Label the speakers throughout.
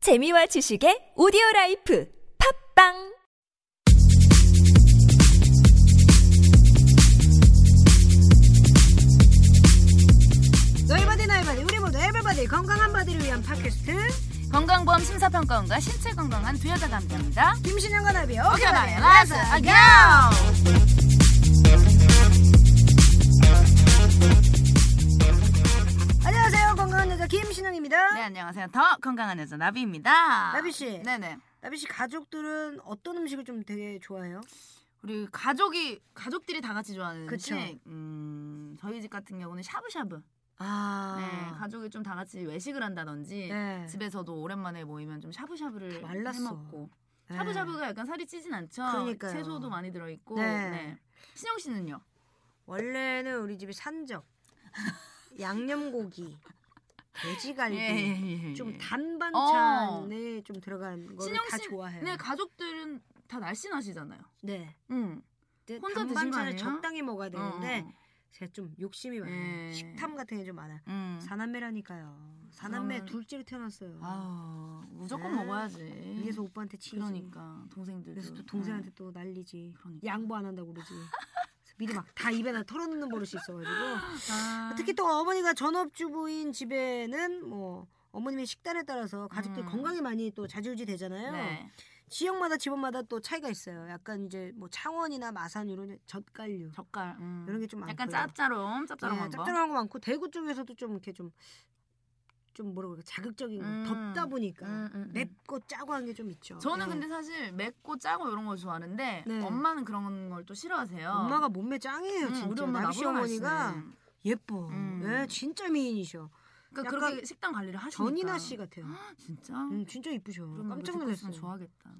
Speaker 1: 재미와 지식의 오디오 라이프 팝빵
Speaker 2: 너희 바디 나의 바디 우리 모두 에버바디 건강한 바디를 위한 팟캐스트
Speaker 3: 건강보험 심사평가원과 신체 건강한 두 여자가 함께합니다.
Speaker 2: 김신영과 나비요
Speaker 3: 오케바의 라스 아겨.
Speaker 2: 아, 안녕하세요 건강한 여자 김신영입니다
Speaker 3: 네 안녕하세요. 더 건강한 여자 나비입니다.
Speaker 2: 나비 씨.
Speaker 3: 네네.
Speaker 2: 나비씨 가족들은 어떤 음식을 좀 되게 좋아해요?
Speaker 3: 우리 가족이 가족들이 다 같이 좋아하는
Speaker 2: 그쵸.
Speaker 3: 음식. 음 저희 집 같은 경우는 샤브샤브. 네
Speaker 2: 아
Speaker 3: 가족이 좀 다 같이 외식을 한다든지
Speaker 2: 네.
Speaker 3: 집에서도 오랜만에 모이면 좀 샤브샤브를
Speaker 2: 다 말랐어.
Speaker 3: 해 먹고.
Speaker 2: 네.
Speaker 3: 샤브샤브가 약간 살이 찌진 않죠.
Speaker 2: 그러니까요.
Speaker 3: 채소도 많이 들어 있고.
Speaker 2: 네.
Speaker 3: 신영 씨는요?
Speaker 2: 원래는 우리 집에 산적 양념고기 돼지갈비
Speaker 3: 예, 예, 예.
Speaker 2: 좀
Speaker 3: 예.
Speaker 2: 단반찬에 좀 들어간 거를
Speaker 3: 신영
Speaker 2: 다
Speaker 3: 씨,
Speaker 2: 좋아해요
Speaker 3: 네 가족들은 다 날씬하시잖아요.
Speaker 2: 네.
Speaker 3: 응.
Speaker 2: 근데
Speaker 3: 혼자 드신 거
Speaker 2: 단반찬을
Speaker 3: 아니에요?
Speaker 2: 적당히 먹어야 되는데
Speaker 3: 어, 어,
Speaker 2: 제가 좀 욕심이 많아요
Speaker 3: 예.
Speaker 2: 식탐 같은 게 좀 많아요
Speaker 3: 어. 음.
Speaker 2: 사남매라니까요. 사남매
Speaker 3: 그러면-
Speaker 2: 둘째로 태어났어요.
Speaker 3: 아 무조건
Speaker 2: 네.
Speaker 3: 먹어야지.
Speaker 2: 위에서 오빠한테 치지.
Speaker 3: 그러니까 동생들.
Speaker 2: 그래서 또 동생한테 또 날리지.
Speaker 3: 그러니까.
Speaker 2: 양보 안 한다고 그러지. 그래서 미리 막 다 입에다 털어놓는 버릇이 있어가지고.
Speaker 3: 아.
Speaker 2: 특히 또 어머니가 전업주부인 집에는 뭐 어머님의 식단에 따라서 가족들
Speaker 3: 음.
Speaker 2: 건강이 많이 또 자주유지 되잖아요.
Speaker 3: 네.
Speaker 2: 지역마다 집안마다 또 차이가 있어요. 약간 이제 뭐 창원이나 마산 이런 젓갈류
Speaker 3: 젓갈. 음.
Speaker 2: 이런 게 좀 많고.
Speaker 3: 약간 짭짜름, 짭짜름한 거.
Speaker 2: 짭짤한 거 많고 대구 쪽에서도 좀 이렇게 좀 좀 뭐라고 그럴까 자극적인 거
Speaker 3: 음.
Speaker 2: 덥다 보니까
Speaker 3: 음, 음, 음.
Speaker 2: 맵고 짜고 한 게 좀 있죠.
Speaker 3: 저는
Speaker 2: 네.
Speaker 3: 근데 사실 맵고 짜고 이런 걸 좋아하는데
Speaker 2: 네.
Speaker 3: 엄마는 그런 걸 또 싫어하세요.
Speaker 2: 엄마가 몸매 짱이에요
Speaker 3: 음,
Speaker 2: 진짜.
Speaker 3: 우리 엄마
Speaker 2: 나비 씨
Speaker 3: 나보다
Speaker 2: 어머니가
Speaker 3: 맛있네.
Speaker 2: 예뻐.
Speaker 3: 음.
Speaker 2: 예, 진짜 미인이셔.
Speaker 3: 그러니까
Speaker 2: 약간
Speaker 3: 그렇게 식단 관리를 하시니까.
Speaker 2: 전이나 씨 같아요.
Speaker 3: 진짜?
Speaker 2: 음, 진짜 이쁘셔.
Speaker 3: 그럼
Speaker 2: 깜짝
Speaker 3: 이거 듣고
Speaker 2: 놀랐어요.
Speaker 3: 있으면 좋아하겠다.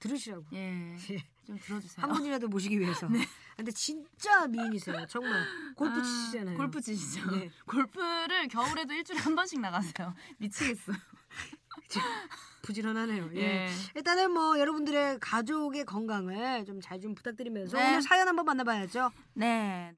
Speaker 2: 들으시라고.
Speaker 3: 예.
Speaker 2: 예.
Speaker 3: 좀 들어주세요. 아,
Speaker 2: 한 분이라도 모시기 위해서. 근데 진짜 미인이세요. 정말 골프
Speaker 3: 네. 아,
Speaker 2: 치시잖아요.
Speaker 3: 골프 치시죠.
Speaker 2: 네.
Speaker 3: 골프를 겨울에도 일주일에 한 번씩 나가세요. 미치겠어요.
Speaker 2: 부지런하네요. 예.
Speaker 3: 예.
Speaker 2: 일단은 뭐 여러분들의 가족의 건강을 좀 잘 좀 부탁드리면서
Speaker 3: 네.
Speaker 2: 오늘 사연 한번 만나봐야죠.
Speaker 3: 네.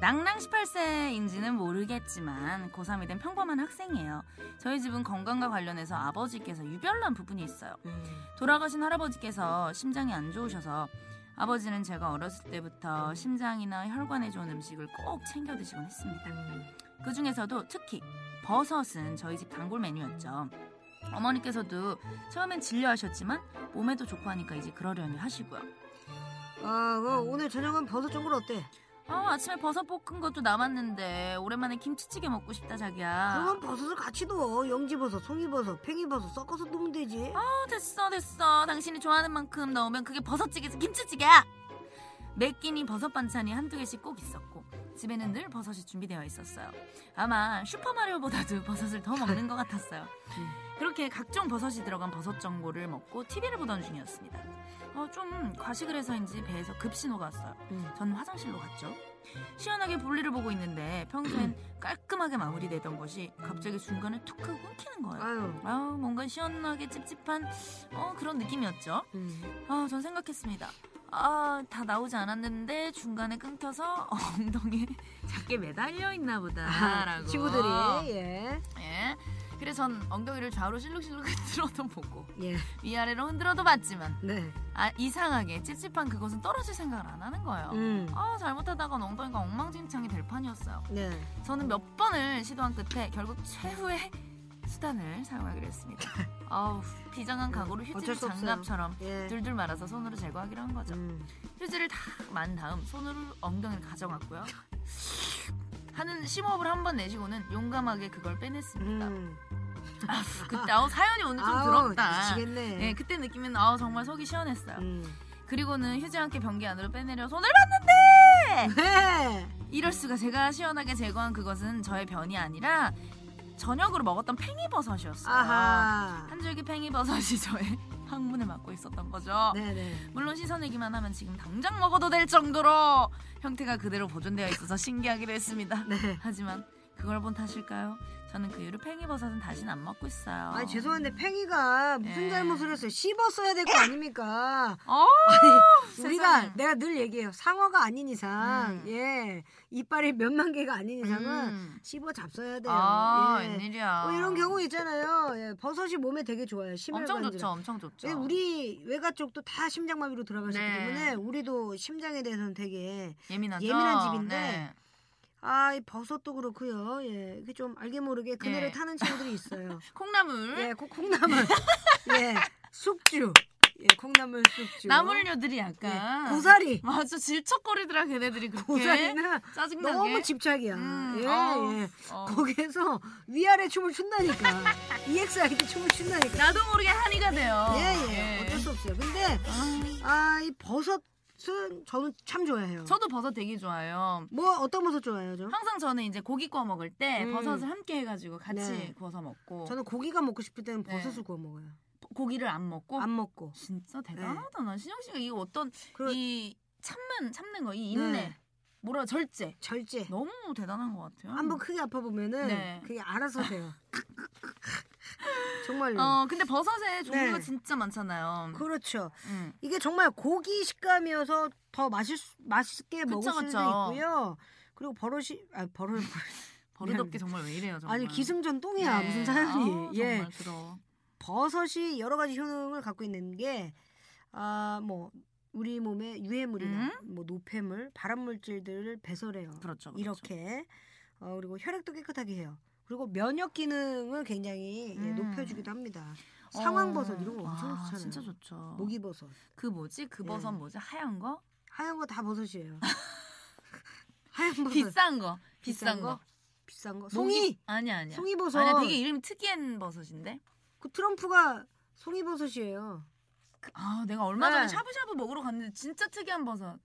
Speaker 3: 낭낭 18세인지는 모르겠지만 고3이 된 평범한 학생이에요. 저희 집은 건강과 관련해서 아버지께서 유별난 부분이 있어요.
Speaker 2: 음.
Speaker 3: 돌아가신 할아버지께서 심장이 안 좋으셔서 아버지는 제가 어렸을 때부터 심장이나 혈관에 좋은 음식을 꼭 챙겨 드시곤 했습니다. 그 중에서도 특히 버섯은 저희 집 단골 메뉴였죠. 어머니께서도 처음엔 진료하셨지만 몸에도 좋고 하니까 이제 그러려니 하시고요.
Speaker 2: 아, 그
Speaker 3: 음.
Speaker 2: 오늘 저녁은 버섯 전골 어때?
Speaker 3: 아, 아침에 버섯 볶은 것도 남았는데 오랜만에 김치찌개 먹고 싶다 자기야.
Speaker 2: 그건 버섯을 같이 넣어. 영지버섯, 송이버섯, 팽이버섯 섞어서 넣으면 되지.
Speaker 3: 어, 됐어 됐어. 당신이 좋아하는 만큼 넣으면 그게 버섯찌개지 김치찌개야. 매 끼니 버섯 반찬이 한두 개씩 꼭 있었고 집에는 늘 버섯이 준비되어 있었어요. 아마 슈퍼마리오보다도 버섯을 더 먹는 것 같았어요. 그렇게 각종 버섯이 들어간 버섯 전골을 먹고 TV를 보던 중이었습니다. 어, 좀 과식을 해서인지 배에서 급신호가 왔어요.
Speaker 2: 음.
Speaker 3: 전 화장실로 갔죠. 시원하게 볼일을 보고 있는데 평소엔 깔끔하게 마무리되던 것이 갑자기 중간에 툭 하고 끊기는 거예요.
Speaker 2: 아유.
Speaker 3: 아우 뭔가 시원하게 찝찝한 어, 그런 느낌이었죠.
Speaker 2: 음.
Speaker 3: 아, 전 생각했습니다. 아, 다 나오지 않았는데 중간에 끊겨서 엉덩이에 작게 매달려 있나
Speaker 2: 아,
Speaker 3: 보다라고.
Speaker 2: 친구들이 예.
Speaker 3: 예. 그래서 전 엉덩이를 좌우로 실룩실룩 흔들어도 보고
Speaker 2: 예.
Speaker 3: 위아래로 흔들어도 봤지만
Speaker 2: 네.
Speaker 3: 아, 이상하게 찝찝한 그것은 떨어질 생각을 안 하는 거예요.
Speaker 2: 음.
Speaker 3: 아 잘못하다간 엉덩이가 엉망진창이 될 판이었어요.
Speaker 2: 네.
Speaker 3: 저는 몇 번을 시도한 끝에 결국 최후의 수단을 사용하기로 했습니다. 아우 비장한 각오로
Speaker 2: 네, 어쩔
Speaker 3: 휴지를
Speaker 2: 수 없어요.
Speaker 3: 장갑처럼
Speaker 2: 예.
Speaker 3: 둘둘 말아서 손으로 제거하기로 한 거죠.
Speaker 2: 음.
Speaker 3: 휴지를 다 만 다음 손으로 엉덩이를 가져갔고요. 하는 심호흡을 한 번 내쉬고는 용감하게 그걸 빼냈습니다.
Speaker 2: 음.
Speaker 3: 그때 아우 사연이 오늘 좀
Speaker 2: 아우,
Speaker 3: 들었다.
Speaker 2: 미치겠네.
Speaker 3: 예, 그때 느낌은 아우 정말 속이 시원했어요.
Speaker 2: 음.
Speaker 3: 그리고는 휴지 함께 변기 안으로 빼내려 손을
Speaker 2: 네.
Speaker 3: 이럴 수가 제가 시원하게 제거한 그것은 저의 변이 아니라 저녁으로 먹었던 팽이버섯이었어요.
Speaker 2: 아하.
Speaker 3: 한 줄기 팽이버섯이 저의 항문을 막고 있었던 거죠.
Speaker 2: 네네.
Speaker 3: 물론 씻어내기만 하면 지금 당장 먹어도 될 정도로 형태가 그대로 보존되어 있어서 신기하기도 했습니다.
Speaker 2: 네.
Speaker 3: 하지만 그걸 본 탓일까요? 저는 그 이후로 팽이버섯은 다시는 안 먹고 있어요.
Speaker 2: 아니 죄송한데 팽이가 무슨
Speaker 3: 네.
Speaker 2: 잘못을 했어요? 씹었어야 될 거 아닙니까?
Speaker 3: 어,
Speaker 2: 아니, 우리가
Speaker 3: 세상에.
Speaker 2: 내가 늘 얘기해요. 상어가 아닌 이상,
Speaker 3: 음.
Speaker 2: 예 이빨이 몇만 개가 아닌 이상은
Speaker 3: 음.
Speaker 2: 씹어 잡숴야 돼요.
Speaker 3: 아,
Speaker 2: 예.
Speaker 3: 웬일이야.
Speaker 2: 뭐 이런 경우 있잖아요. 예, 버섯이 몸에 되게 좋아요. 심혈관
Speaker 3: 엄청 좋죠, 엄청 좋죠.
Speaker 2: 왜 우리 외과 쪽도 다 심장마비로 돌아가셨기
Speaker 3: 네.
Speaker 2: 때문에 우리도 심장에 대해서는 되게
Speaker 3: 예민하죠.
Speaker 2: 예민한 집인데
Speaker 3: 네.
Speaker 2: 아, 이 버섯도 그렇고요. 예, 이렇게 좀 알게 모르게 그늘을
Speaker 3: 예.
Speaker 2: 타는 친구들이 있어요.
Speaker 3: 콩나물,
Speaker 2: 예, 콩- 콩나물, 예, 숙주, 예, 콩나물 숙주,
Speaker 3: 나물류들이
Speaker 2: 예,
Speaker 3: 약간
Speaker 2: 고사리,
Speaker 3: 맞아 질척거리더라 걔네들이 그렇게
Speaker 2: 고사리는
Speaker 3: 짜증나게.
Speaker 2: 너무 집착이야.
Speaker 3: 음,
Speaker 2: 예,
Speaker 3: 어,
Speaker 2: 예.
Speaker 3: 예? 어.
Speaker 2: 거기에서 위아래 춤을 춘다니까. E EXID 춤을 춘다니까.
Speaker 3: 나도 모르게 한이가 돼요.
Speaker 2: 예, 예. 어쩔 수 없어요. 근데,
Speaker 3: 아,
Speaker 2: 아, 이 버섯은 저는 참 좋아해요.
Speaker 3: 저도 버섯 되게 좋아해요.
Speaker 2: 뭐, 어떤 버섯 좋아해요, 저?
Speaker 3: 항상 저는 이제 고기 구워 먹을 때
Speaker 2: 음.
Speaker 3: 버섯을 함께 해가지고 같이
Speaker 2: 네.
Speaker 3: 구워서 먹고
Speaker 2: 저는 고기가 먹고 싶을 때는
Speaker 3: 어. 네. 어.
Speaker 2: 버섯을 구워 먹어요.
Speaker 3: 고기를 안 먹고
Speaker 2: 안 먹고. 네.
Speaker 3: 진짜 대단하다. 난 신영 씨가 이 어떤
Speaker 2: 그리고
Speaker 3: 이 참는 참는 거 이 인내
Speaker 2: 네.
Speaker 3: 뭐라 절제
Speaker 2: 절제.
Speaker 3: 너무 대단한 것 같아요.
Speaker 2: 한번 크게 아파보면은
Speaker 3: 네.
Speaker 2: 그게 알아서 돼요. 정말로.
Speaker 3: 어 근데 버섯의 종류가
Speaker 2: 네.
Speaker 3: 진짜 많잖아요.
Speaker 2: 그렇죠.
Speaker 3: 음.
Speaker 2: 이게 정말 고기 식감이어서 더 맛있, 맛있게
Speaker 3: 그쵸,
Speaker 2: 먹을 수도
Speaker 3: 그쵸.
Speaker 2: 있고요. 그리고 버릇이, 아, 버릇,
Speaker 3: 버릇없게 정말 왜 이래요 정말.
Speaker 2: 네.
Speaker 3: 네.
Speaker 2: 아니 기승전 똥이야 무슨 사연이
Speaker 3: 아우,
Speaker 2: 예
Speaker 3: 정말 들어.
Speaker 2: 버섯이 여러 가지 효능을 갖고 있는 게아뭐 우리 몸의 유해물이나 뭐 노폐물 발암 물질들을 배설해요
Speaker 3: 음? 그렇죠, 그렇죠.
Speaker 2: 이렇게 어, 그리고 혈액도 깨끗하게 해요 그리고 면역 기능을 굉장히 예,
Speaker 3: 음. 어.
Speaker 2: 높여주기도 합니다 어. 상황버섯 이런 거 엄청
Speaker 3: 아,
Speaker 2: 좋잖아요
Speaker 3: 진짜 좋죠.
Speaker 2: 모기버섯
Speaker 3: 그 뭐지? 그 버섯
Speaker 2: 예.
Speaker 3: 뭐지? 하얀 거?
Speaker 2: 하얀 거 다 버섯이에요 하얀 버섯
Speaker 3: 비싼 거. 비싼 거.
Speaker 2: 비싼 거
Speaker 3: 모기-
Speaker 2: 송이
Speaker 3: 아니야, 아니야.
Speaker 2: 송이버섯
Speaker 3: 아니야, 되게 이름이 특이한 버섯인데.
Speaker 2: 그 트럼프가 송이버섯이에요
Speaker 3: 그- 아, 내가 얼마 전에
Speaker 2: 네.
Speaker 3: 샤브샤브 먹으러 갔는데 진짜 특이한 버섯.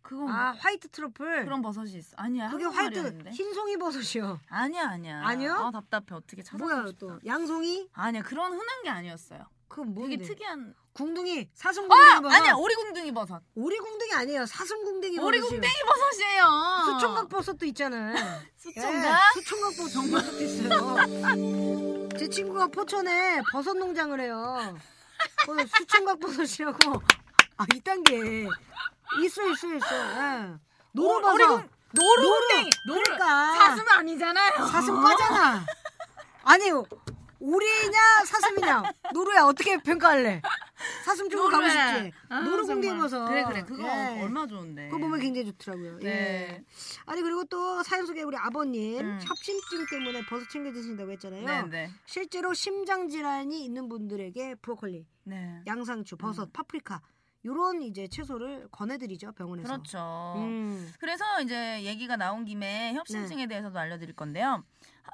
Speaker 3: 그거
Speaker 2: 아 화이트 트러플
Speaker 3: 음. 그런 버섯이 있어. 아니야.
Speaker 2: 그게
Speaker 3: 한국
Speaker 2: 화이트
Speaker 3: 말이었는데.
Speaker 2: 흰송이 버섯이요.
Speaker 3: 아니야, 아니야.
Speaker 2: 아니요?
Speaker 3: 아, 답답해. 어떻게 찾아?
Speaker 2: 뭐야 또 양송이?
Speaker 3: 아니야, 그런 흔한 게 아니었어요.
Speaker 2: 그건 뭔데?
Speaker 3: 되게 특이한.
Speaker 2: 궁둥이
Speaker 3: 아,
Speaker 2: 사슴궁둥이 버섯.
Speaker 3: 아니야, 오리궁둥이 버섯.
Speaker 2: 오리궁둥이 아니에요. 사슴궁둥이 버섯.
Speaker 3: 오리궁둥이 버섯이에요.
Speaker 2: 수총각 버섯도 있잖아요.
Speaker 3: 수총각?
Speaker 2: 예, 수총각 버섯 버섯도 있어요. 제 친구가 포천에 버섯 농장을 해요. 그 수총각 버섯이라고. 아 이딴 게 있어 있어 있어. 예. 노루버섯.
Speaker 3: 오리궁- 노루궁둥이. 노루.
Speaker 2: 그러니까.
Speaker 3: 사슴 아니잖아요.
Speaker 2: 사슴과잖아. 아니 오리냐 사슴이냐 노루야 어떻게 평가할래? 사슴 쪽으로 가고
Speaker 3: 노루야.
Speaker 2: 싶지.
Speaker 3: 아,
Speaker 2: 노루 공개
Speaker 3: 정말.
Speaker 2: 입어서.
Speaker 3: 그래 그래 그거
Speaker 2: 예.
Speaker 3: 얼마 좋은데.
Speaker 2: 그거 보면 굉장히 좋더라고요. 예.
Speaker 3: 네.
Speaker 2: 아니 그리고 또 사연 속에 우리 아버님
Speaker 3: 음.
Speaker 2: 협심증 때문에 버섯 챙겨 드신다고 했잖아요.
Speaker 3: 네네.
Speaker 2: 실제로 심장 질환이 있는 분들에게 브로콜리,
Speaker 3: 네.
Speaker 2: 양상추, 버섯,
Speaker 3: 음.
Speaker 2: 파프리카 요런 이제 채소를 권해드리죠 병원에서.
Speaker 3: 그렇죠.
Speaker 2: 예. 음. 네.
Speaker 3: 그래서 이제 얘기가 나온 김에 협심증에 대해서도 알려드릴 건데요. 하-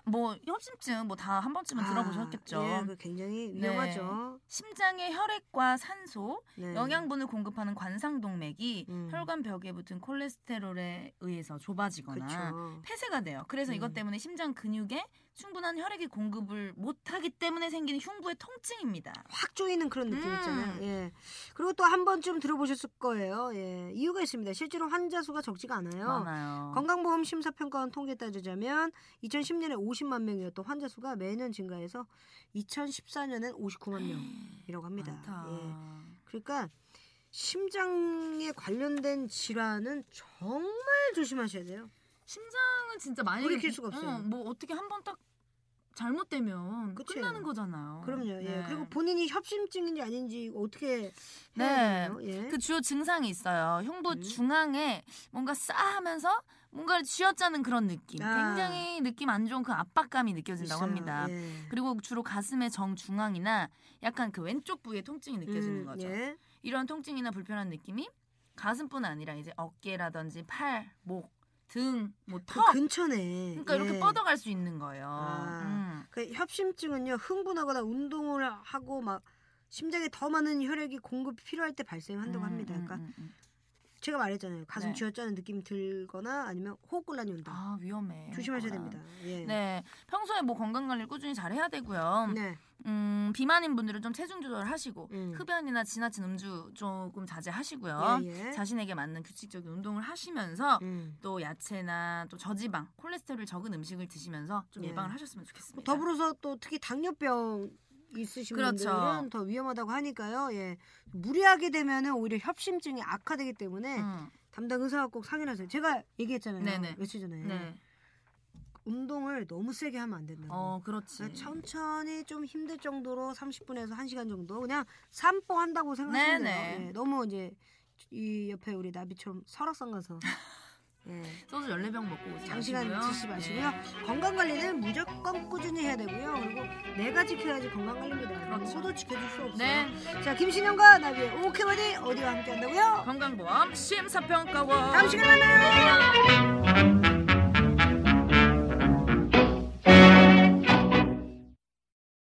Speaker 3: 뭐 협심증 뭐 다 한 번쯤은
Speaker 2: 아,
Speaker 3: 들어보셨겠죠.
Speaker 2: 예, 그 굉장히 위험하죠.
Speaker 3: 심장의 혈액과 산소,
Speaker 2: 네.
Speaker 3: 영양분을 공급하는 관상동맥이
Speaker 2: 음.
Speaker 3: 혈관 벽에 붙은 콜레스테롤에 의해서 좁아지거나
Speaker 2: 그렇죠.
Speaker 3: 폐쇄가 돼요. 그래서
Speaker 2: 음.
Speaker 3: 이것 때문에 심장 근육에 충분한 혈액이 공급을 못하기 때문에 생기는 흉부의 통증입니다.
Speaker 2: 확 조이는 그런 느낌
Speaker 3: 음.
Speaker 2: 있잖아요. 예. 그리고 또 한 번쯤 들어보셨을 거예요. 예. 이유가 있습니다. 실제로 환자 수가 적지가 않아요.
Speaker 3: 많아요.
Speaker 2: 건강보험 심사평가원 통계 따지자면 2010년에 50만 명이었던 환자 수가 매년 증가해서 2014년엔 59만 명이라고 합니다.
Speaker 3: 음, 많다.
Speaker 2: 예. 그러니까 심장에 관련된 질환은 정말 조심하셔야 돼요.
Speaker 3: 심장은 진짜 많이
Speaker 2: 돌이킬 수가 없어요.
Speaker 3: 어, 뭐 어떻게 한 번 딱 잘못되면
Speaker 2: 그쵸.
Speaker 3: 끝나는 거잖아요.
Speaker 2: 그럼요. 예.
Speaker 3: 네.
Speaker 2: 그리고 본인이 협심증인지 아닌지 어떻게
Speaker 3: 네.
Speaker 2: 해야 되나요? 예.
Speaker 3: 그 주요 증상이 있어요. 흉부
Speaker 2: 음.
Speaker 3: 중앙에 뭔가 싸하면서 뭔가를 쥐어짜는 그런 느낌.
Speaker 2: 아.
Speaker 3: 굉장히 느낌 안 좋은 그 압박감이 느껴진다고
Speaker 2: 있어요.
Speaker 3: 합니다.
Speaker 2: 예.
Speaker 3: 그리고 주로 가슴의 정중앙이나 약간 그 왼쪽 부위에 통증이 느껴지는
Speaker 2: 음,
Speaker 3: 거죠.
Speaker 2: 예.
Speaker 3: 이런 통증이나 불편한 느낌이 가슴뿐 아니라 이제 어깨라든지 팔, 목, 등, 뭐
Speaker 2: 그
Speaker 3: 턱.
Speaker 2: 근처네.
Speaker 3: 그러니까 이렇게
Speaker 2: 예.
Speaker 3: 뻗어갈 수 있는 거예요.
Speaker 2: 아.
Speaker 3: 음.
Speaker 2: 그 협심증은요 흥분하거나 운동을 하고 막 심장에 더 많은 혈액이 공급이 필요할 때 발생한다고
Speaker 3: 음,
Speaker 2: 합니다.
Speaker 3: 음,
Speaker 2: 그러니까
Speaker 3: 음, 음.
Speaker 2: 제가 말했잖아요. 가슴
Speaker 3: 네.
Speaker 2: 쥐어짜는 느낌이 들거나 아니면 호흡곤란이 온다.
Speaker 3: 아 위험해.
Speaker 2: 조심하셔야
Speaker 3: 그거는.
Speaker 2: 됩니다. 예.
Speaker 3: 네, 평소에 뭐 건강 관리를 꾸준히 잘 해야 되고요.
Speaker 2: 네.
Speaker 3: 음, 비만인 분들은 좀 체중 조절하시고
Speaker 2: 음.
Speaker 3: 흡연이나 지나친 음주 조금 자제하시고요.
Speaker 2: 예, 예.
Speaker 3: 자신에게 맞는 규칙적인 운동을 하시면서
Speaker 2: 음.
Speaker 3: 또 야채나 또 저지방, 콜레스테롤 적은 음식을 드시면서 좀
Speaker 2: 예.
Speaker 3: 예방을 하셨으면 좋겠습니다.
Speaker 2: 더불어서 또 특히 당뇨병 있으신
Speaker 3: 그렇죠.
Speaker 2: 분들은 더 위험하다고 하니까요. 예. 무리하게 되면은 오히려 협심증이 악화되기 때문에
Speaker 3: 음,
Speaker 2: 담당 의사와 꼭 상의하세요. 제가 얘기했잖아요.
Speaker 3: 네네.
Speaker 2: 며칠 전에
Speaker 3: 네.
Speaker 2: 운동을 너무 세게 하면 안 된다고.
Speaker 3: 어, 그렇지.
Speaker 2: 음. 그래서 천천히 좀 힘들 정도로 30분에서 1시간 정도 그냥 산보 한다고 생각하시면 돼요.
Speaker 3: 네네.
Speaker 2: 예, 너무 이제 이 옆에 우리 나비처럼 설악산 가서 예,
Speaker 3: 네. 소주 14병 먹고 오지
Speaker 2: 장시간
Speaker 3: 마시고요.
Speaker 2: 드시지 마시고요.
Speaker 3: 네.
Speaker 2: 건강 관리는 무조건 꾸준히 해야 되고요. 그리고 내가 지켜야지 건강 관리입니다. 그렇
Speaker 3: 그렇죠.
Speaker 2: 소도 지켜줄 수 없어요.
Speaker 3: 네.
Speaker 2: 자, 김신영과 나비의 오케바디 어디와 함께 한다고요?
Speaker 3: 건강보험 심사평가원.
Speaker 2: 다음 시간에 만나요.